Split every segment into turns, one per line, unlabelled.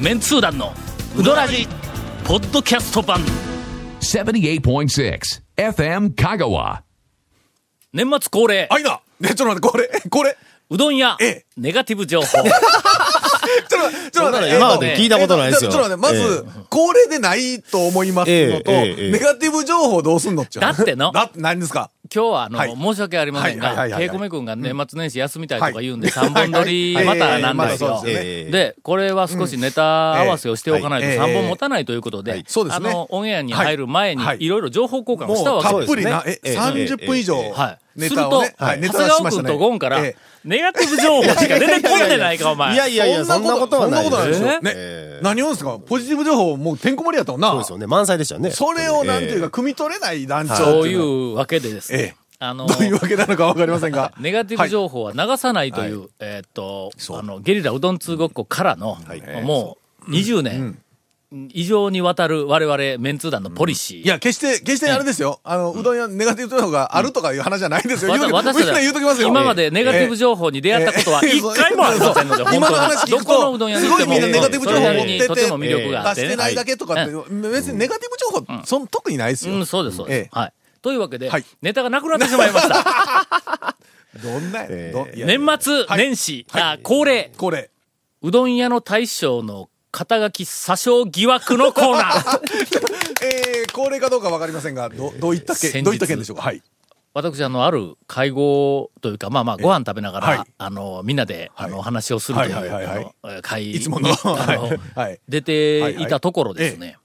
メンツー団のウドラジポッドキャスト版
78.6 FM Kagawa.
年末恒例
あいなね、ちょっと待って、これ、これ、
うどん屋
ええ
ネガティブ情報
ちょっと待って、ちょっと待っ
そんなの
て、えーと
今まで聞いたことないですよ
えーちょっと待って、まず、恒例でないと思いますのと、
ええええええ
ネガティブ情報どうすんのっちゃう
だっての
だって何ですか
今日はあの、
はい
申し訳ありません
はいはいはい
が
は
ケ
い
イコメ君が年末年始休みたいとか言うんで
はい
3本撮り
はい
ま
はい
たなんです
ええま
よ
あそうですね
ええ
でこれは少しネタ合わせをしておかないと
ええ
3本持たないということ
は
で
い
そうです
あ
ね
のオンエアに入る前に
はいはい
いろいろ情報交換を
も
し
う、
たわけ
た
で
っ
す
ぷりな、
そうですね
え、
ええ
30分以上
は、い。
ネ
する
タ
と、
をね、はいネ
長
タ出
谷
し
川
まし
君
た
と
ね
ゴンから、
ええ
ネガティブ情報しか出てこんでないか、お前。
いやいやいや、そんなことはない
そんなことないですよ。
ね
ね
え。
何をんすかポジティブ情報、もうてんこ盛りやったもんな。
そうですよね。満載でしたよね。
それを、なんていう
え
か、汲み取れない団長
そ
っ
う
て
い
いうのは。
うわけでですね。
ええ
あの、。
どういうわけなのかわかりませんが
ネガティブ情報は流さないという、えーっと、あの、ゲリラうどん通ごっこからの、もう20年以上にわたる我々メンツー団のポリシー。
いや、決して、決してあれですよ。あの、うどん屋ネガティブ情報があるとかいう話じゃないですよ。
わ
言
た
うと
私
みんな言うときま
た
す
ち、
よ。
今までネガティブ情報に出会ったことは
ええええ
一回もありませんので、
そう今の話聞
ど
く
このう
と
どん屋、に
す
行っ
ご
て
い
も、
みんなネガティブ情
そ
報を
れなり
持っ
に
てて、
とても魅力があって
出し
ね。
てないだけとかって、
う
別にネガティブ情報、その特にないですよ。
うん、そうです、そうです。
え
はい。というわけで、
はい
ネタがなくなってしまい ました。
どんなやねんどいや
年末年始、あ恒例、
これ。
うどん屋の大将の肩書き詐称疑惑のコーナー。
えー、恒例かどうかわかりませんが、ど、どういった
先
件、
日
どういった件でしょうか。はい。
私、あの、ある会合というか、まあまあ、ご飯食べながら、
はい
あの、みんなで、あの、お話をするという、
はいはいはいはい
あの会
いつもの
に
は
あ
い
の、
はい
出ていたところですね、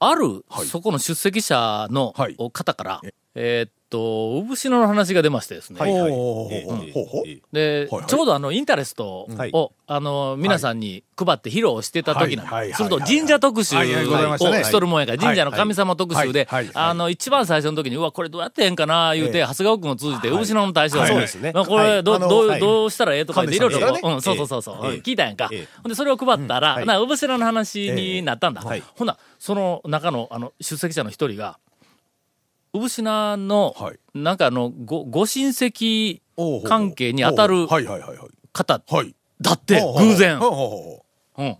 ある、そこの出席者の、
はい
方から、えーっと、産品の話が出ましてですね、
はいはい
おー
ええ
ほうほう
ええ
で、
はいはい
ちょうどあの、インタレストを、
はい
あの、皆さんに配って披露してた時なんです、
はいはいはいはい
すると神社特集を
はいはいございましたね
しとるもんやから、
はい
神社の神様特集で、
はいはいはい
あの、一番最初の時に、うわ、これどうやってええんかな、言うて、
ええ
長谷川君を通じて、牛野の大将
はい
に
そうですね
まあこれ、
はい
ど
あの
どう、
はい
どうしたらええとか言って、いろ
神
いろ
主さんです
からね
うん、そうそうそうそう、
ええ
うん聞いたやんか。
ええ
ほんで、それを配ったら、
はい
な、牛野の話になったんだ。
ええはい
ほな、その中の、あの、出席者の一人が、産品の、
はい
なんかあの、ご、ご親戚
おうほうほう
関係に当たる
はいはいはいはい。
方
はい。
だって
ほう、ほう
偶然
ほ。うほうほう
うん。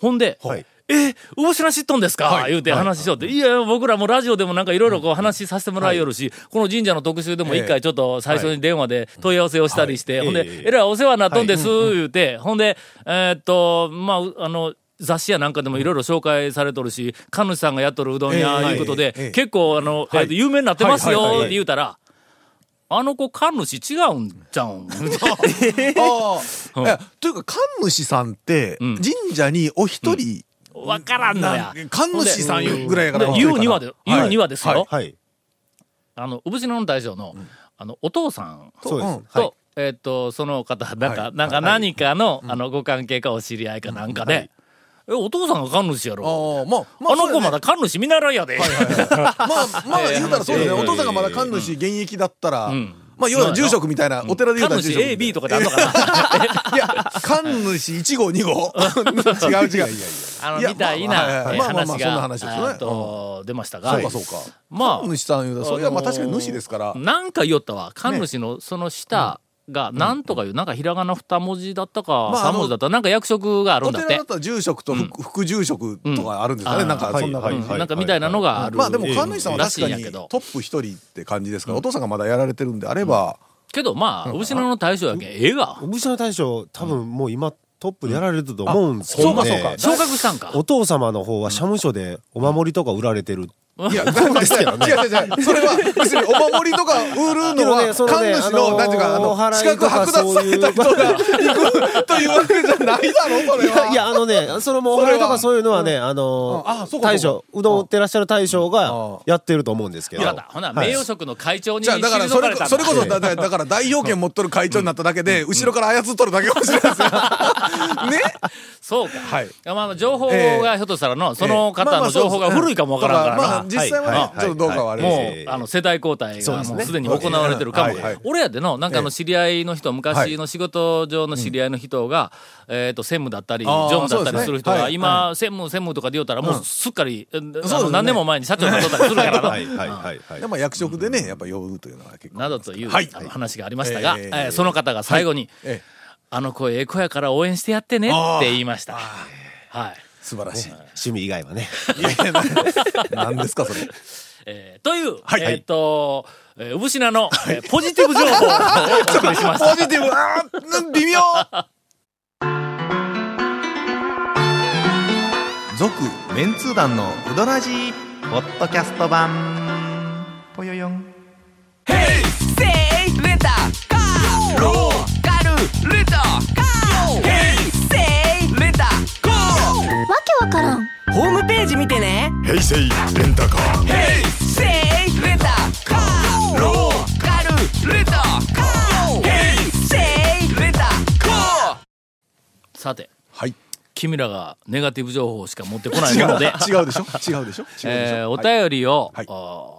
ほんで、
はい
え、うぼしな知っとんですか、
はい
言うて話しようって。いや、僕らもラジオでもなんかいろいろこう話させてもらいよるし、この神社の特集でも一
え
回ちょっと最初に電話で問い合わせをしたりして、
はい
ほんで、
ええ
えらいお世話になっとんです、言うて、ほんで、えーっと、まあう、あの、雑誌やなんかでもいろいろ紹介されとるし、神主さんがやっとるうどん屋
ええ
いうことで、
ええ
結構あの、えーっと有名になってます
はいはい
よ
はい
って言うたら、あの子神主違うんじゃうん。
ああ、いやというか神主さんって
ん
神社にお一人、
わからんのや。
神主さんぐらいやか
で
ら
言うにはで、言うにはですよ。
はい。
あの、うぶしの大将の、あの、お父さんと、
そうです。
うん
はい。
えっ、と、その方、なんか、
はい
なんか何かの、あの、ご関係かお知り合いかなんかで、え、お父さんが神主やろ。
ああまあ、ま
あの子まだ
だ
神主見習いやで。
まあまあ言うたらそうですね、
ええ
お父さんがまだ神主現役だったら、
ん
まあ要は住職みたいな、お寺で言うた
神
ら
主
住職
A、B とかであんのかな。
いや神主1号2号 違う違ういやいや
あの、
いや
みたい
まあまあ
な
はいはい
え
まあまあ
話
まあそんな
が、
話ですよね
えっと、出ましたが、
そうかそうか、
ま
神主さん言うたらそれはまあ確かに主ですから、
あ、なんか言おったわ。神主のその下が、なんとかいう、なんかひらがな二文字だったか、
まああ
三
の
文字だったか、なんか役職がある
お
んだっ
寺
て
だっ。たら住職と副,、副住職とかあるんですか
う
ね、
ん
なんかそんな感じ、
はいはい
なんかみたいなのがある。
まあでも
ええ
神主さんは確から
しいん
に
やけ
ト
ど
ップ一人って感じですから、お父さんがまだやられてるんであれば、
けどまあ、牛野の大将やけん、ええが。
武士の大将、多分もう今、トップでやられてると思うんですけどね
あそうかそうか
昇格したんか。
お父様の方は社務所でお守りとか売られてる。
いや、なんですけどね。違う違う違う。それは、別にお守りとか売るのは、
そのね
神主の、なんていうか、あ
あの
の
お、祓
資
いと
格
か
剥奪された人が行くというわけじゃないだろ、そ
い
れは。
や、いやあのね、そのもうお
それ
祓い
は
とかそういうのはね、あの
うんあそうかそうか
大将、うどん売ってらっしゃる大将
うん
がやってると思うんですけど。
よかった。ほな、
はい
名誉職の会長に
じゃあ、
退
だから、そ
かれ
れ
たんだ
こ、それこそ、だだだから、代表権持っとる会長になっただけで、後ろから操っとるだけかもしれないですよ。ね
そうか。
はい
やまあ、情報がひょっとしたらの、その方の情報が古いかもわからんからな。
まあまあそうですねだからまあ、実際はね、
は
ち
い
ょっとどうかはあれですけど
も
え
う、
ー
あの、世代交代がもうすでに行われてるか
は
も
いはい。
俺やでの、なんかあの、知り合いの人、昔の仕事上の知り合いの人が、えっと、専務だったり、
あー
常務だったり
そうですね
する人
は
が、
い
今、専務、専務とかで言うたら、もうすっかり、えあ
すね
の何年も前に社長になっとったりするからな
はい、はい、はい、はい
で。まあ、役職でね、やっぱ呼ぶというのは結構。
などという
はい
あの話がありましたが、
え
え
え
ーその方が最後に、
ええ
あの子ええ子やから応援してやってねって言いました。はい。
素晴らしい。
趣味以外はね。
いやいや、何ですか、それ。
えーという、
はい
えっ、と、えー、うぶしなの、えーポジティブ情報をお送りしました。
ポジティブ、あー微妙
続メンツー団のウドラジーポッドキャスト版ぽよよん
せいレンタカーローカルレンタカーヘイセイレンタカー
わけわからん
ホームページ見てねヘイセイレンタカーヘイセイレンタカーローカルレンタカーヘイセイレンタカー
さて、
はい。
君らがネガティブ情報しか持ってこない
違
もの
う、
で、
違うでしょ違うでしょ違うでしょ
えーお便りを、
はい
お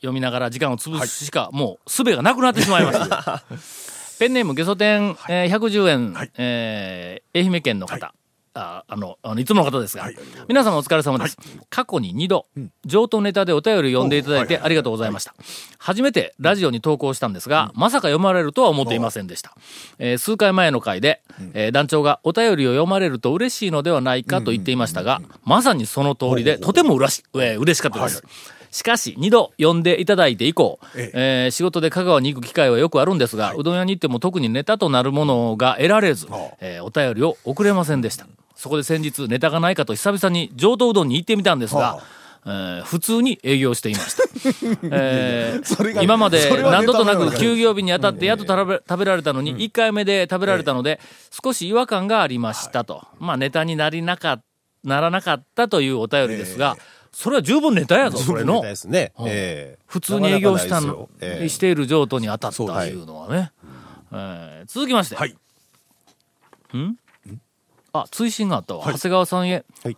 読みながら時間を潰すしか、もう術がなくなってしまいました。 ペンネームゲソ天、えー110円、
はい
えー愛媛県の方。ああのあのいつもの方ですが、
はい
皆様お疲れ様です、過去に2度、上等ネタでお便りを読んでいただいてありがとうございました、初めてラジオに投稿したんですが、まさか読まれるとは思っていませんでした、えー数回前の回で、えー団長がお便りを読まれると嬉しいのではないかと言っていましたが、まさにその通りでとてもうらし、えー嬉しかったです、しかし、二度呼んでいただいて以降、
え
えー仕事で香川に行く機会はよくあるんですが、うどん屋に行っても特にネタとなるものが得られず、えーお便りを送れませんでした。そこで先日、ネタがないかと久々に上等うどんに行ってみたんですが、えー普通に営業して いました。えー
それが
今ま
それ
で
は
何度とな
ネタなの
く
か
休業日に当たってやっと食べ食べられたのに、1回目で食べられたので、少し違和感がありましたと。まあ、ネタになりなか、ならなかったというお便りですが、それは十分ネタやぞ、そ れの
みたい。ですね。ええ
普通に営業したの、
なかなかないです
し
よ
ている譲渡に当たったというのはね、えー続きまして、
はい
あ追伸があったわ、長谷川さんへ、
はい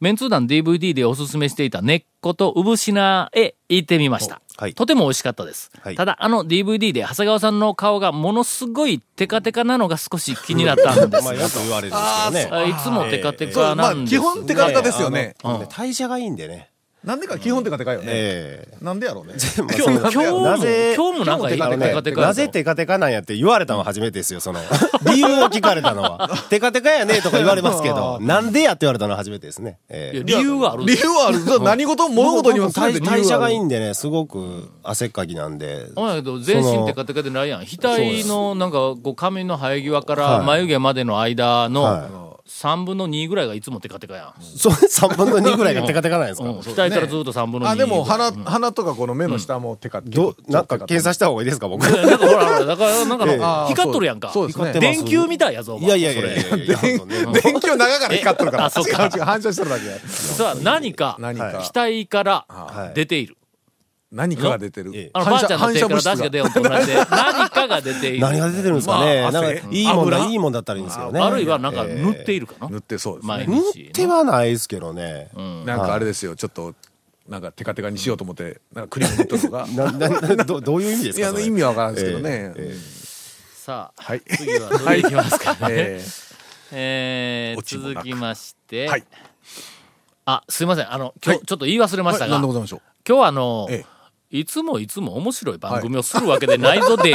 メンツー団 DVD でおすすめしていた根っこと産品へ行ってみました、
おはい
とても美味しかったです、
はい
ただあの DVD で長谷川さんの顔がものすごいテカテカなのが少し気になったんで
ええまあ
す
よく言われるんですけど
あ
ね。
いつもテカテ
ええ
カ
ま
な
あ、
んです
基
が
本テカテカですよね。
あのね代謝がいいんでね。
なんでか基本テカテカよね。
ええ
なんでやろうね。
今日も今日も
なぜ
今日もなんかいい
あのね
テカテカやぞ
なぜテカテカなんやって言われたのは初めてですよ、その。 理由を聞かれたのは。テカテカやねとか言われますけど、なんでやって言われたのは初めてですね。え
い
え
や理由はあるんで
理由はある。何事も物事には全
代
て理由はある
代謝がいいんでね、すごく汗っかきなんで。
ほんやけど、全身テカテカでないやん。額の、なんか、こう、髪の生え際から眉毛までの間の
は
3分の2ぐらいがいつもテカテカやん。
そ れ3分の2ぐらいがテカテカなんです
う
か
ん、額からずっと3分の2。
あ、でも鼻、鼻とかこの目の下もテカテカ。
ど、なんか検査した方がいいですか、僕。い
なんかほらほら、だから、なんかの
ええ
あー光っとるやんか。
そうですね
光って。
電球みたいやぞ、お前
やいやいやいやいや、
電
本当 ね
電球長から光っとるから。
あそうか
違う違う、反射してるだけや。
それは何か、
何か、
額から
はい
出ている。
何かが出て
え
る。
あの、ばあちゃんの手から出し
が
が出ようと同じで、何かが出ている。
何が出てるんですかね。
まあ
なんか
汗
いいもん
油
だ、いいもんだったらいいんですけどね。
あるいは、なんか塗っているかな。
塗ってそうです
毎
ね。
日。
手はないですけどね。
なんかあれですよ、ちょっと、なんかテカテカにしようと思って、なんかクリーム塗っとるのが。
な、な、などどういう意味です
い
か
や、
それ
意味はわからんですけどね。
さあ、
はい。
次はどれいきますかね。
えー
えー
落ちもな
続
く
きまして、
はい
あすいませんあの今日、
はい
ちょっと言い忘れましたが、
はい何でござ
今
いましょう。
日はあの、
え
いつもいつも面白い番組をするわけでないぞで、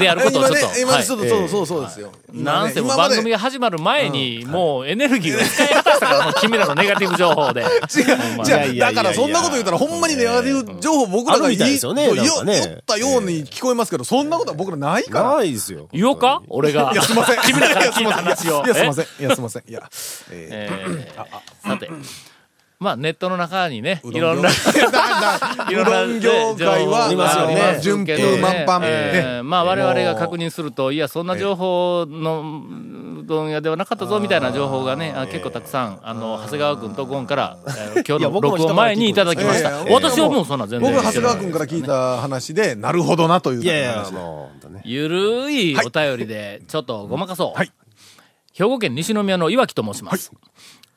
であることをちょっと。
今ね、今ちょっ
は
と、そうそうそうですよ。
いなんせもう
今ま
番
で
組が始まる前に、もうエネルギーを使い果たしたから、もう君らのネガティブ情 報で。ほんま
じゃあ
いやいやいや
だからそんなこと言ったらほんまにネガティブ情報僕らが
あるみたいですよね
そう
なんかね
よ酔ったように聞こえますけど、そんなことは僕らないから。
ないですよ。
言おうか俺が。
いや、すいません。
君らから聞いた話を。
いや、すいません。いや、すいません。いや、え
えーさて。まあ、ネットの中にね、
うどん
いろんな。
ー、うどん業界
いろんな情報がありま
は、
す
順
けど
風満帆。
えー
ね
まあ我々が確認すると、いや、そんな情報のうどん屋ではなかったぞみたいな情報がね、あ結構たくさん、あの、長谷川君とゴンから、えー今
いや
日の
僕も
録音前にいただきまし
いや
た。
いや
私はもうそんな全然。
僕は長谷川君から聞いた話で、なるほどなという。
いやいや、もう、本当ね。
ゆるいお便りで、ちょっとごまかそう。
はい
兵庫県西宮の岩木と申します。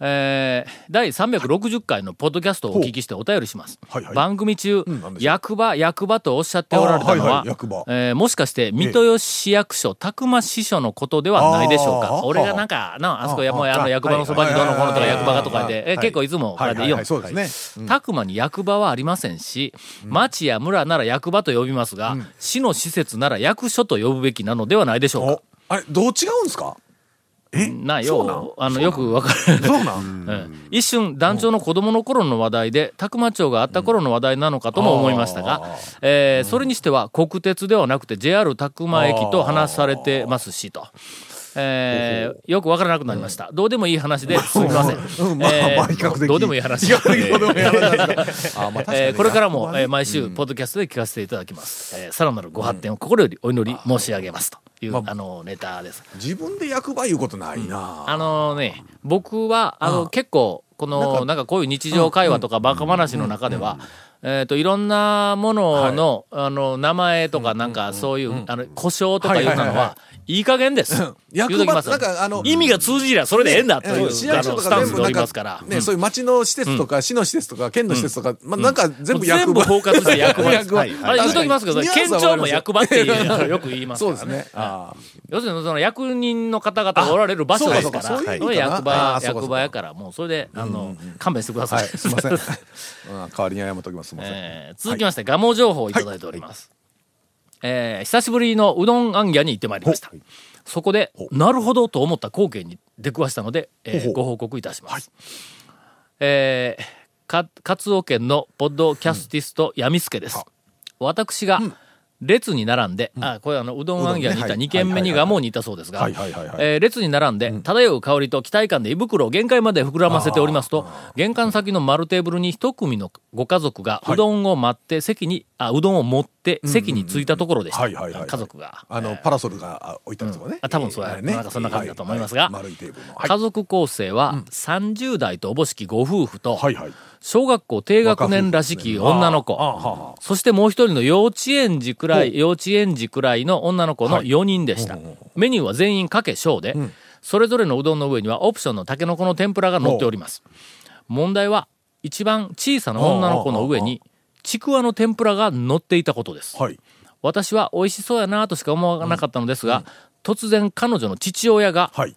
えー第360回のポッドキャストをお聞きしてお便りします。
はいはい
番組中、
何でしょう
役場、役場とおっしゃっておられたのは、
あーはいはい役場
えーもしかして、三豊市役所、宅間支所のことではないでしょう
あ
か。
ー
俺がなんか、なあ、あそこや、
あー
もうあの
あ
役場のそばにどうのこうのとか
はいはい
役場がとかで、えー
はい
結構いつも、これ
はい
で
はい
いよ
いはい、そうですね。
たくまに役場はありませんし、町や村なら役場と呼びますが、市の施設なら役所と呼ぶべきなのではないでしょうか。
あれ、どう違うんですか
なよう、あの、よくわからない。
そうなん
うん一瞬、団長の子供の頃の話題で、宅間町があった頃の話題なのかとも思いましたが、えーそれにしては国鉄ではなくて JR 宅間駅と話されてますしと。えーよくわからなくなりました。どうでもいい話ですみません。
まあ
えー
まあ比較的
どうでもいい 話。
子供やらないですかあーまあ確かに
えーこれからも、えー毎週、ポッドキャストで聞かせていただきます。えーさらなるご発展を心よりお祈り申し上げますという、あの、ネタです。
自分で役場言うことないな。
あのね、僕は、あの、結構、この、なんかこういう日常会話とかバカ話の中では、えっと、いろんなものの、あの、名前とかなんかそういう、あの、故障とか言うたのは、いい加減です。言うときます。
役場なんかあの
意味が通じりゃそれでええんだという、あ
ね
の、
市役所と
スタ
か
ン
全
ス
部
でお
なん
り
か
ますから。
ね、そういう町の施設とか、市の施設とか、県の施設とか、まあなんか全部
全
役
部
場。
包括して役場です。
役場
あれ言うときますけど、
ニュアン
県
スは
庁も
わかりますよ
役場っていうのを よく言いますか
そう
ら
ですね。あ
要するにその役人の方々がおられる場所ですから、
あそうかそうかそういう意味かな
はい役場
あ、そうかそうか
役場やから、もうそれで、あの、勘弁してくだ
ーは
さい。
い、す いません。うん代わりに謝っときます。すいません。
えー続きまして、ガモ情報をいただいております。えー久しぶりのうどんあんぎゃに行ってまいりました。そこで、なるほどと思った光景に出くわしたので、えーご報告いたします。えーか、かつお県のポッドキャスティスト、やみすけです。私が、列に並んで、あ、これあの、うどんあんぎゃにいた2軒目にガモにいたそうですが、
いはいはいはい
えー列に並んで、漂う香りと期待感で胃袋を限界まで膨らませておりますと、玄関先の丸テーブルに一組のご家族が、うどんを待って席に、あ、うどんを持って席に着いたところでした。
はいはいはいはい
家族が。
あの、パラソルがあ置いてあるとかね。
あ多分そうや
れ
なんかそんな感じだと思いますが
はは丸いテーブルの。はい
家族構成は30代とおぼしきご夫婦と、
はいはい。
小学校低学年らしき女の子、そしてもう一人の幼稚園児くらい、幼稚園児くらいの女の子の4人でした。メニューは全員かけ小で、それぞれのうどんの上にはオプションのタケノコの天ぷらが乗っております。問題は、一番小さな女の子の上に、ちくわの天ぷらが乗っていたことです。
はい。
私は美味しそうやなとしか思わなかったのですが、突然彼女の父親が、
はい。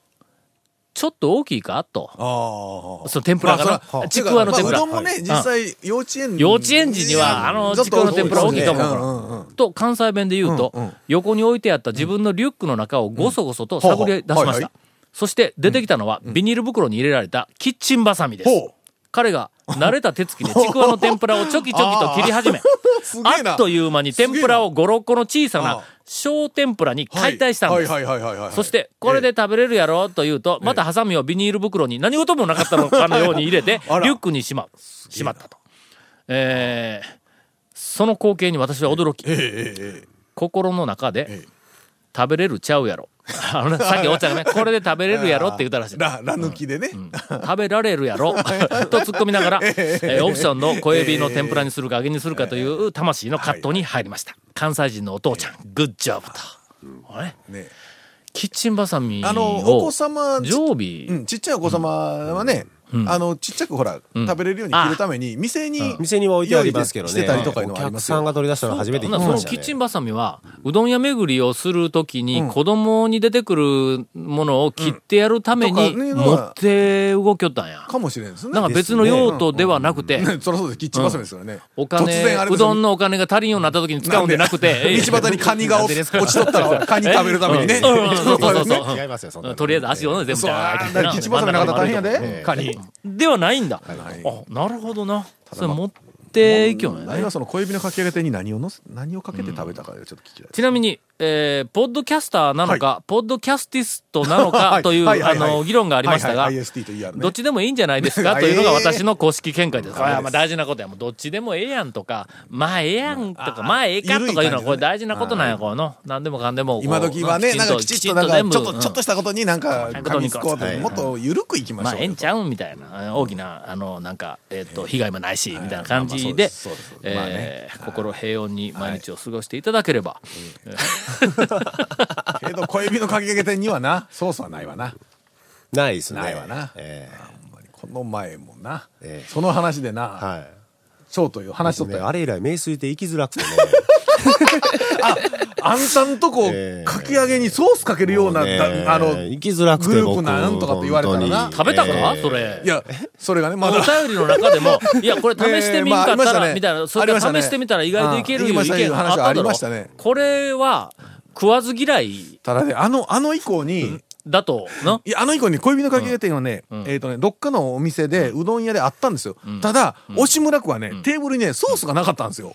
ちょっと大きいかと、
ああ。
その天ぷらがな
まあそら
ちくわの天ぷら
まあうどんもね、実際、幼稚園
幼稚園児にはあの
ちょっ
ちくわの天ぷら大きいと思うから
んんん
と関西弁で言うと、横に置いてあった自分のリュックの中をごそごそと探り出しま
うんほうほうは
し
いは
た
い。
そして出てきたのは、ビニール袋に入れられたキッチンバサミです
ほう。
彼が慣れた手つきでちくわの天ぷらをちょきちょきと切り始め、
すげえな。
あっという間に天ぷらを5、6個の小さ
あ
な
あ
小天ぷらに解体したんです
は。いはいはいはいはいはい。
そして、これで食べれるやろと言うと、またハサミをビニール袋に何事もなかったのかのように入れて、
あら
リュックにしまう、しまったと。えーその光景に私は驚き、心の中で、食べれるちゃうやろ。 あのねさっきおっちゃんが ね、これで食べれるやろって言ったらしい。
ラ、ラ抜きでね。
食べられるや ろ と突っ込みながら、えーオプションの小エビの天ぷらにするか揚げにするかという魂の葛藤に入りました。関西人のお父ちゃん、グッジョブと。あれ
ね
キッチンバサミを
あの、お子様、ち
常
う
備、
ん、ちっちゃいお子様はね、あの、ちっちゃくほら、食べれるように切るために、店に、
店には置いてありますけどね。
してたりとかいうの
お
はありま
客
す
さん
よ。
が取り出したの初めて
ほ
聞
んな
き
らそ
ま
の
した
キッチ
ね。
ンバサミは、うどん屋巡りをするときに、子供に出てくるものを切ってやるため
う
に、
んとかね
持って動きょったんや。
かもしれんですね。
なんか別の用途ではなくて、
ねそりゃそうです。キッチンバサミですからね。
お
突
金
然あ、れ
うどんのお金が足りんようになったときに使うんでなくて、
道端にカニが落ち落ちとったら、カニ食べるためにね。
えうんそうそうそう
違いますよ、そんなの
とりあえず足をね、全部
そう、あ
ダーッて
ーだからキッチンバサミなかったら大変やで、カニ。
ではないんだ。
い
あ、なるほどな。それ持っていきょんや
何
ね
は。その小指のかき揚げ手に何をのせ、何をかけて食べたかちょっと聞きたい。
ちなみに、えー、ポッドキャスターなのか、ポッドキャスティストなのかという、
はいは
あ
いはい
の、議論がありましたが
はい、はい IST と ER ね
どっちでもいいんじゃないです かというのが
ええ
私の公式見解です。これはまあ
そうです
大事なことや。もうどっちでもええやんとか、まあええやんとか、まあええかとかいうのは
緩い感じのね
これ大事なことなんや、この。何でもかんでもこう。
今時はね、
う
なんかきちっと、なんか
全部
ちょっと、ちょっ
う
としたことになんか、
ん
紙つこうって、もっと緩くいき
ん
まし
ま
ょ
あ
う。
ええんちゃうんみたいな、大きな、あの、なんか、えっと、被害もないし、みたいな感じ
まあまあそうで
です
そうです、まあね
えー心平穏に毎日を過ごしていただければ。
けど小指のかき揚げ店にはな、ソースはないわな。
ないですね。
ないわな
え
ほんまにこの前もな
ええ、
その話で
え
な、
はい。
そうという話しとった
ね
よ。
あれ以来、名水で行きづらくてね。
あんたんとこ
え、え
かき揚げにソースかけるような、
ね
だあの、
行きづらくて
グルー
僕
プなんとかって言われたらな
本当に
食べたか
ええ
それ
い。や、それがね、ま
お
だ。
便りの中で も、いや、これ試してみんかっ
ねえまあありま
た
した
ら、
ね
みたいな、それが
ありましたね
試してみたら意外といけるいう
ああ
意見があった
あ
だ
り
ろ
ましたね。
これは、食わず嫌い
ただね、あの、あの以降に、
だと、ない
や、あの以降に恋人の鍵屋店はね、えっ、とね、どっかのお店で、うどん屋であったんですよ。ただ、押村区はね、テーブルにね、ソースがなかったんですよ。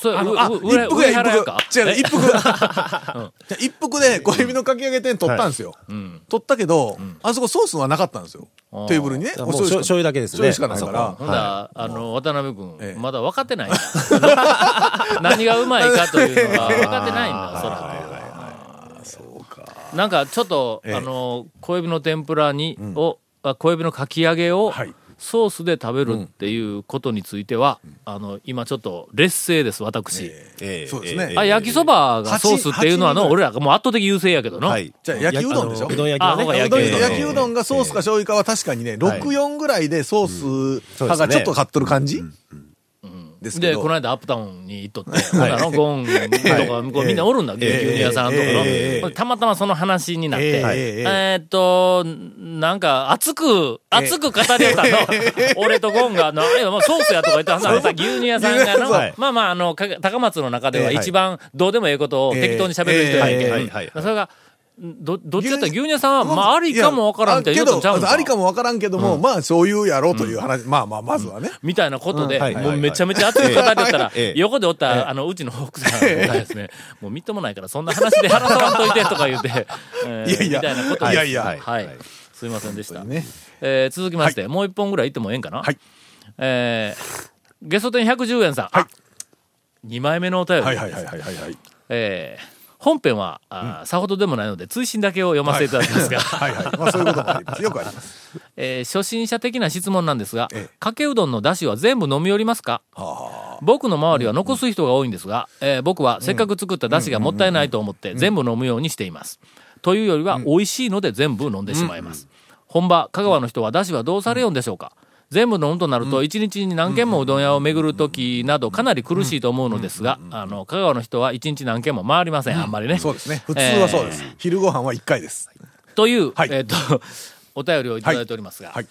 それ、
あの、
う
あ、
う
一
裏
服や
裏腹
一
や
服
か。
違う、一服。一服で恋人かき揚げ店取ったんですよ。取ったけど、あそこソースはなかったんですよ。テーブルにね。
もう
おしょうゆ
醤油だけですね
醤油しかないから。
ほんだらあの、渡辺君、
ええ
まだ分かってない。 何がうまいかというのが分かってないんだ、そら。なんかちょっと、
ええ
あの、小指の天ぷらに、を、あ小指のかき揚げを、
はい
ソースで食べるっていうことについては、あの、今ちょっと劣勢です、私。
ええ
そうですね
ええ
あ、焼きそばが
八
ソースっていうのはの、
八
俺らがもう圧倒的優勢やけどの。
はい。
じゃあ焼きうどんでしょ
あのうどん焼き
あ
は
ほうが
ね。
焼きうどん
ええ
焼きうどんがソースか醤油かは確かにね、6、4ぐらいでソース派がちょっと買っとる感じですけ
で、
ど。
この間アップタウンに行っと って、ほんならのゴンとか、向こうみんなおるんだ、牛乳屋さんとかの
ええ
ほんで。たまたまその話になって、
え
え
ええ
ーっと、なんか熱く、熱く語り合った の。俺とゴンが、あのあれはもうソースやとか言って、その牛乳屋さんがの、
はい
まあまあ、あの、か高松の中では
ええ
一番どうでもええことを適当に喋る人やんけ
ええ
ん。
はいはいはい
それが、ど、どっちかっていうと牛乳屋さんは、まあ、ありかもわからんみたいな言うとんちゃうん
いや
か
ありかもわからんけども、まあそういうやろうという話、まあまあ、まずはね。
みたいなことで、
うんはい
もうめちゃめちゃ熱く語ってたら、
ええ
横でおった、あの、うちの奥さんがですね、もうみっともないから、そんな話で話さわんといて、とか言うて、えー
いやいや
みたいなことで
いやいや
はい。
はい
はいすいませんでした。
ね
えー続きまして、もう一本ぐらい行ってもええんかな
はい。
えーゲソ店110円さん。
はい
2枚目のお便り。
はいはいはいはいはいはい。
えー本編は、あーさほどでもないので、追伸だけを読ませていただきますが、
はいはい。まあそういうこともあります。よくあります。
えー初心者的な質問なんですが、
ええ
かけうどんの出汁は全部飲み寄りますか僕の周りは残す人が多いんですが、えー僕はせっかく作った出汁がもったいないと思って全部飲むようにしています。というよりは美味しいので全部飲んでしまいます。本場、香川の人は出汁はどうされよんでしょうか全部飲むとなると、一日に何軒もうどん屋を巡るときなど、かなり苦しいと思うのですが、あの、香川の人は一日何軒も回りません、あんまりね。
そうですね。普通はそうです。昼ご飯は1回です。
という、
はい
えっ、と、 お便りをいただいておりますが、
はい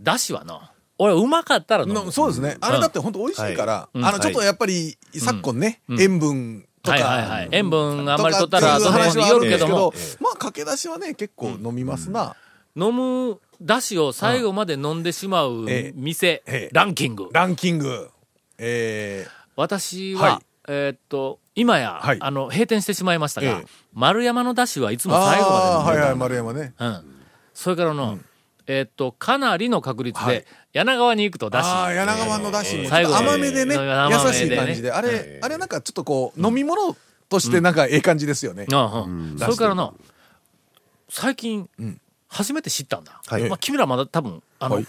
だしはな、俺うまかったら飲む
のそうですね。あれだって本当美味しいから、あのちょっとやっぱり昨今ね、塩分と
はいはい
か
はい。塩分あん
と
まり
か
取っ
っ
てたら、
いう
その
話
辺に
はあ
よ
る
る
んで
け
す
ど
け
も
ど、、まあ、駆け出しはね、結構飲みますな。
飲むだしを最後まで飲んでしまう
ええ
店、
ええ
ランキング。
ランキング。え
私は、
はい
えーっと、今や、
はい
あの、閉店してしまいましたが、
ええ
丸山のだしはいつ
ー、
も最後まで飲ん
あーは
で
い
る
はい、丸山ね。
うん。それからの、えーっと、かなりの確率で、
はい
柳川に行くとだし。
ああ、柳川のだし、もちょっ
最後
と甘めでね、
えー
優しい感じ
甘めで
で。あれ、あれなんかちょっとこう、飲み物としてなんかええ感じですよね。
ああうんそれからの最近、初めて知ったんだ、
はい
まあ、君らまだ多分あの、
はい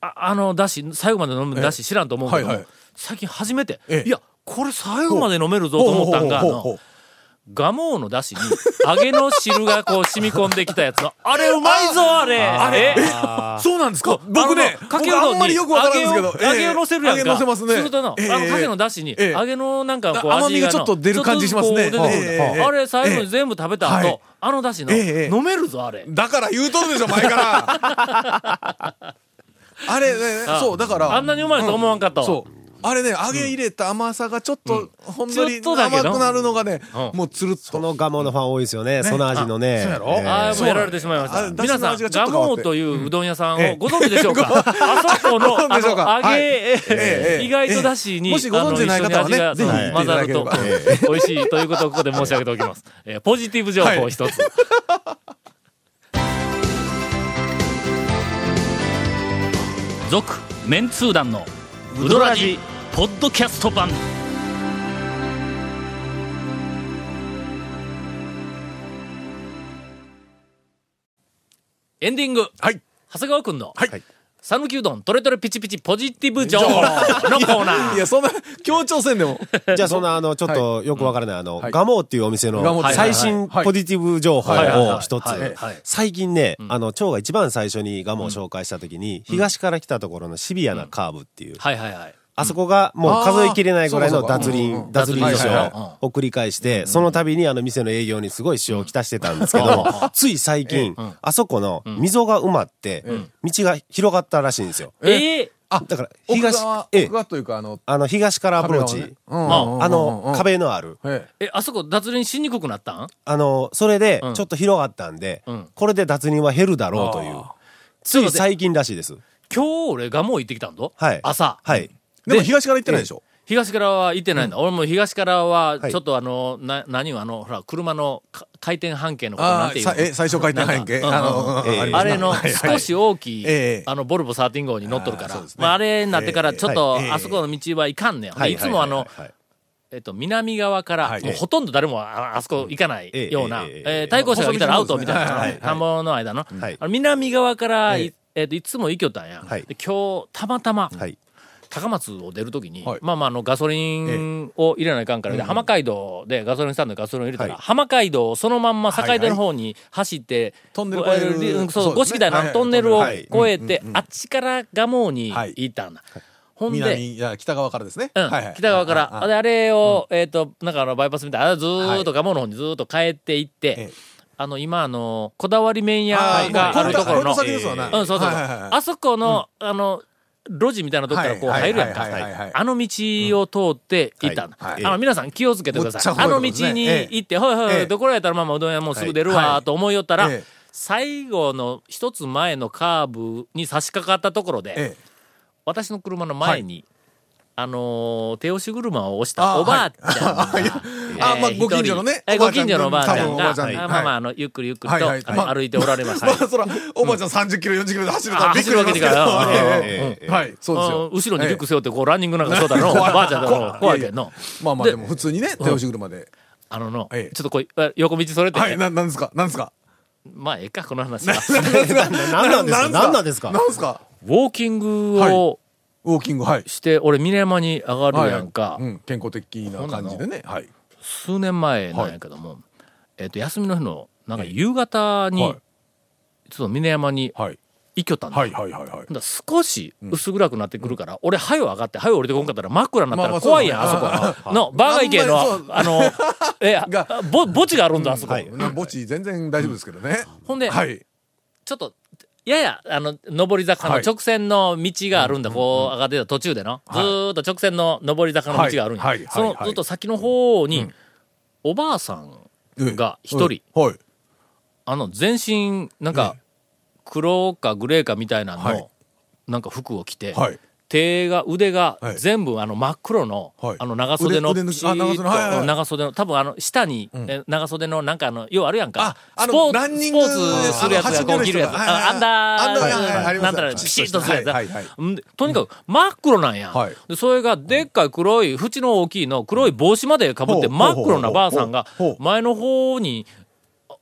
ああのだし最後まで飲むだし知らんと思うけども、
はいはい
最近初めて、
ええ
いやこれ最後まで飲めるぞと思ったんがあ
ほうほうほうほう
のガモーのだしに揚げの汁がこう染み込んできたやつのあれうまいぞあれあれ
あそうなんですか僕ね、
かけ
僕
う
あ
ど
ん
ん
ま
に
り
揚
よくわからん
げ
ですけど
を、揚げを乗せるやん
揚
か。
げ乗せますね。
するとの、あの、かけのだしに、
ええ
揚げのなんかこう、
あ甘みがちょっと出る感じしますね
ちょっとずつこう出てくる
ええ
あれ、最後に全部食べた
は
後
い、
あのだしの、
ええええ
飲めるぞ、あれ。
だから言うとるでしょ、前から。 あれね、
あ
そう、だから。
あんなにうまいと思わんかったわ
そう。あれね、揚げ入れた甘さがちょっと、ほんの
ちょ
り
っとだけ
甘
ど
くなるのがね、
うん
もうつるっ。
ことのガモのファン多いですよね。その味のね。そうやろ
ああ、もうやられてしまいまし
あ
た。
れだしの
皆さん、
味がちょっ
ガ
と変わって
モーといううどん屋さん
え
を
え
ご存知でしょうかあそこの、
ご
あ
存知でしょうか
の、揚
は
げ、
いええ
意外とだしに、
もしご存知ない方はね
あの一緒に味が
ぜひ行って
混
いた
ざ
だ
る
けれ
と
ば、
美味しいということをここで申し上げておきます。えーポジティブ情報一つ。続、メンツー団の、ウドラジ、ポッドキャスト版。エンディング。
はい。
長谷川くんの、
はい。
讃岐うどんトレトレピチピチポジティブ情報のコーナ
いや、
ー。
そんな、強調せんで も。
じゃあそんなあの、ちょっとよくわからないあの、
い
ガモーっていうお店
ガモ
の
ーはい
最新ポジティブ情報を一つ
はいはいはいはい。
最近ね、あの、蝶が一番最初にガモを紹介した時に、東から来たところのシビアなカーブっていう、
はいはいはい。
あそこがもう数えきれないぐらい
あ
の
ーそうかそ
脱
うかうんう
輪、
ん
脱輪でし
はいはいは
ょを繰り返して、その度にあの店の営業にすごい塩をきたしてたんですけども、つい最近、あそこの溝が埋まって、道が広がったらしいんですよ。
えー
あ、
だから
東
東
奥側、
ええ
奥側というか、あの、
あの、東からアプローチ。
あれはねうん
ま
うん
あの、壁のある。
うんうんええ
え、あそこ脱輪しにくくなったん
あの、それで
うん、
ちょっと広がったんで、
うん
これで脱輪は減るだろうという。つい最近らしいです。
今日俺がもう行ってきたんぞ。
はい。
朝。
はい。
でも東から行ってないでしょ
東からは行ってないんだ。俺も東からは、
はい
ちょっとあの、な、何をあの、ほら、車のか回転半径のことな
あ
んて言
あ、
う
さ
の
え、最初書いてないんけ
なんか
あの、
うんええ
りま
あ
すな
れの
はいはい
少し大きい
ええ、
あの、ボルボ13号に乗っとるか
ああ
ら
そうで、すね
まあ、あれになってから、
ええ
ちょっと
ええ、
あそこの道は行かんねん。
は
でいつもあの
はい、はいはい
えっと、南側から
は、い
もうほとんど誰もああそこ行かない
ええ
ような、
ええええ
えー対向車がいたらアウトみたい
はい
はいは
な、
い
田んぼの間の
はい、
あの南側から
え
い、えっと、いつも行きよったんや。
はい
で今日、たまたま、
はい。
高松を出るときに、
はい
まあまああのガソリンを入れないかんからで、浜街道でガソリンスタンドでガソリンを入れたら、
はい
浜街道をそのまんま境田の方に走って、
トンネル越える
こうえーそう
そうですね
五色台のあのトンネルを
はいはい
越えて、あっちから蒲生に行ったんだ。ほんで、
南、いや、北側からですね。
うん
はいはい
北側から。
ああ
で、あれを、えっ、と、なんかあの、バイパスみたいな、あれずーっと蒲生の方にずーっと帰っていって、
ええ
あの、今、あの、こだわり麺屋
あ
があるところの、
これの先ですわな。
うん、そうそうそう。
はいはいはい
あそこの、あの、路地みたいなとこからこう
はい
入るやんか。
はいはいはいはい
あの道を通って行ったんだ
うんはい
あの、皆さん気をつけてください。
むっちゃ
あ
覚
の
えてますね
道に行って、ほいほいほい、どこらやったらまあまあうどん屋もうすぐ出る
は
わ
い
と思いよったら、
ええ
最後の一つ前のカーブに差し掛かったところで、
ええ
私の車の前に、あのー手押し車を押したおばあちゃんが、
あ
えー
まあご近所のね
一人えー
おば
ご
あち
近
ゃん
所のおばあちゃんが、
多分おばあちゃんに
あ
はい
まあまあ、あの、ゆっくりゆっくり
はい
と、
はい
あの
はい
歩いておられました。
まあ、そら、おばあちゃん30キロ、40キロで走るから
あ
びっくりしますけど。
走るわけにいかん
ええ
ええええ
はい、そうですよ
うん。後ろにリュック背負って、こう、ランニングなんかそうだろ、おばあちゃんだろ、怖いけんの。
まあまあ、でも普通にね、手押し車で。
あのの、
ええ
ちょっとこう、あ横道それて、
はい、な、なんですかなんですか
まあ、ええか、この話は。
何なんですか何なんですか
なんですか
ウォーキングを
ウォーキング、はい。
して、俺、峰山に上が
は
る
い
やんか、
うん、健康的な感じでね。はい。
数年前なんやけども、えっと、休みの日の、なんか夕方に、
はい
ちょっと峰山に
はい。
行きよったんだ。
はい、はい、はい、はい
ほん。だら少し薄暗くなってくるから、俺、はよ上がって、はよ降りてこんかったら真っ暗になった
まあま
ら
あそう
怖いやん、あ
そう
そこは。の、バーガー系の
あんまりそう、
あの、え、
が
ぼ墓地があるんだ、あそこ。
はい
な墓地全然大丈夫ですけどね。
ほんで、
はい。
ちょっと、やや、あの、上り坂の
はい
直線の道があるんだ、こう上がってた途中での、ずーっと直線の上り坂の道があるんや。
はいはいはい
その
はい
ずっと先の方に、おばあさんが一人、
うん。はい。
あの、全身、なんか、黒かグレーかみたいなの、
はい
なんか服を着て、
はい。
手が、腕が
は、い
全部あの真っ黒の、
はい
あの長袖の、
腕腕抜きあ長袖のはいはいはい
長袖の、多分あの、下に、え長袖の、なんかあの、ようあるやんか。
ああ
ス
の
ポー
ラ
ツ、
ンニ
ス
ン
ポ
グ
ーツするやつがこう着るやつ。
あの
あ
走ってる人はいはいはい
アンダー、
アンダーはいはいあります
なんたら、
はい
ピシッとするやつ。
はいはい
んでとにかく、真っ黒なんや、
はい
で、それが、でっかい黒い、縁の大きいの、黒い帽子までかぶって、
ほう
真っ黒なばあさんが
ほうほうほう、ほう
前の方に、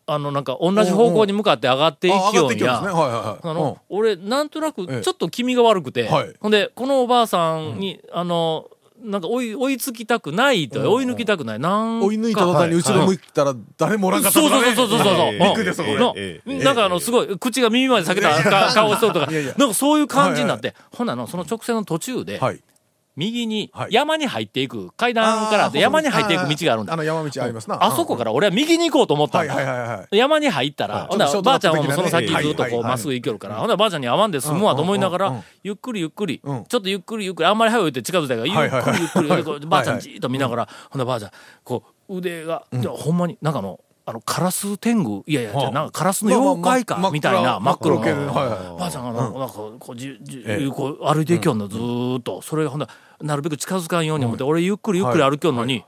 あの、なんか、同じ方向に向かって上がっていき
あ上が
よ
っ
う
て
ん
きてま
や
すね。。はい、はい、
あ
はい。うん
の、俺、なんとなく、
ええ
ちょっと気味が悪くて、
はい
ほんで、このおばあさんに、あの、なんか追い、追いつきたくないと、追い抜きたくない。なんか。
追い抜いた途端に後ろ向いたら誰もおらんかった
そう
と
そ
か
う
ね。
そうそうそうそう。
ええ
うん
びっくりですこれ
の
ええ
なんかあの、すごい、口が耳まで裂けたか顔をしとるとか、
いやいや
なんかそういう感じになって、ほんなの、その直線の途中で、
はい。
右に
はい
山に入っていく、階段からあって
あー
山に入っていく道があるんだ。
あの山道ありますな。
あそこから俺は右に行こうと思った
は
ん
い
だ。
はいはいはい。
山に入ったら、ほんな
ち
ら
ょっと
ばあちゃんは
シ
もう
ョー
その
トカット
先
的なね
ずっと
はい
こ
は
う
い
まっすぐ行きよるから、ほんならばあちゃんに会わんで済むわと思いなが
うんうん
ら
うん、
ゆっくりゆっくり、ち
うん
ょっとゆっくりゆっくり、あんまり早く言って近づいたから、ゆ
はいはい
っく
はい
りゆっくりでこう、ばあちゃん
はい
じーっと見ながら、ほんならばあちゃん、こう腕が、いやほんまになんかあの、あの、カラス天狗いやいや、じゃあなんかカラスの妖怪
まあま
か
あ、
みたいな、真
真
っ
っ
黒
黒
の。
系のはいはい
ばあちゃんがな、なんかこう、じじ
ええ
こう歩いていきよんの、ずーっと。それがほんならなるべく近づかんように思って、俺ゆっくりゆっくり歩きよんのに、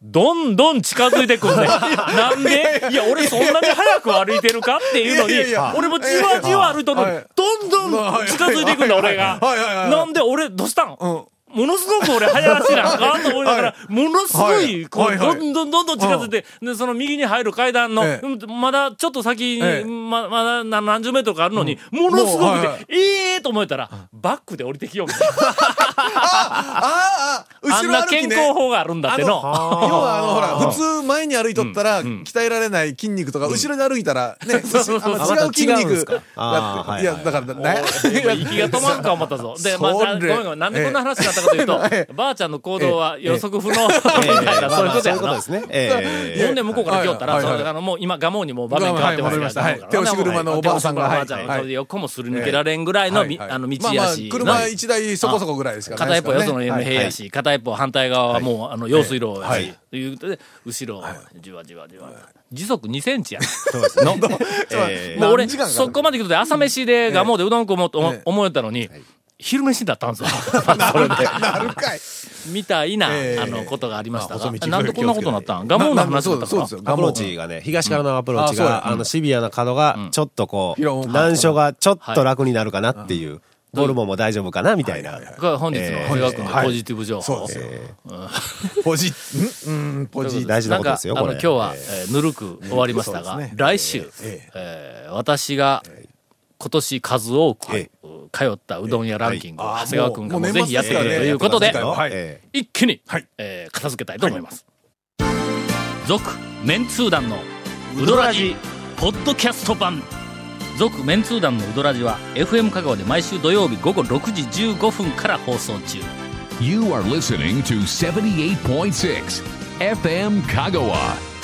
どんどん近づいてくん ねん。なんでいや、俺そんなに早く歩いてるかっていうの
いやいやい
に、
や
俺もじわじわ歩いとるの
は
に
い、
どんどん近づいてくんだ、俺が。
はいはいはい
なんで俺、どうしたんものすごく俺早足なあかんと思いながら、ものすごい、こ
は
う、
いは
ど
い
んどんどんどん近づいて、で、その右に入る階段の
ええ、
うんまだちょっと先に、
ええ
ままだな何十メートルかあるのに、ものすご
もうはいは
くて、ええと思えたら、バックで降りてきようみたいな。
ああ、
あんな健康法があるんだって
あ
の。
要はあのほら普通前に歩いとったら鍛えられない筋肉とか後ろに歩いたらね
そうそうそう
あの違う筋
あまた違うん
肉
すか
だ
あ
っ
ー
ていや
はい
だからね
今 息が止まるか思ったぞ。で、まあ、
それ
ごめんごめん。なんでこんな話になったかというと、
ええ
ばあちゃんの行動は予測不能み
ええ
たいな、
まあ
そういう
まあ
こと
そうい
や
うこと
な
で。すね。ええ
ほんで向こうから来よったら、
はい
そ
はい
のあのもう今、ガモにもう場面変わってますから、
はいはい
ガモ
戻りま
ガモ
したはい手押し車のおばあさんが
手押し車のおばあちゃん
はいはい
それで横もすり抜けられんぐらいのみ
はいはい
あの道
まあま
や
あ
し、
車
な
一台そこそこぐらいですから
片一方よその家の部屋や
し
し、片一方反対側はもうあの用水路や
は
し
い、
ということで、後ろ、じわじわじわ。時速2センチや。
そうですね。
え
え
ー
もう俺、
何時間かかる
そこまで来ると朝飯でガモでうどん食おうと思
ええ
思えたのに、昼飯だったんですよ。 それで。
なるかい
みたいな、
ええ
あの、ことがありました
まあ
が。
細道
なんでこんなことになったんガモの話だったの
そうで
か
すよ
アプローチがね、東からのアプローチ
うんあそう
が、
や
あの、シビアな角が、ちょっとこ
いやもう
う、難所がちょっと楽になるかなっていう、ホルモンも大丈夫かなみたいな。
が本日の長谷川君のポジティブ情
そう
報
で。すよポジうんうんポジ
大事なことですよ
なんか
これ
あの今日は、えーぬるく終わりましたが、
そうですね
来週、
え
えー私が今年数多く、
え
通ったうどん屋ランキングを、
はい
長谷川君が
あーも
も
う
うぜひやってくれる
もう
と
年末ですからね
いうことで、
やってますはい
え
一気に、
はい
えー片付けたいと思います。続、メンツー団のウド
ド
ラ
ラ
ジ
ジ
ポッドキャスト版。続、メンツー団のウドラジは FM 香川で毎週土曜日午後6時15分から放送中。
You are listening to 78.6 FM Kagawa.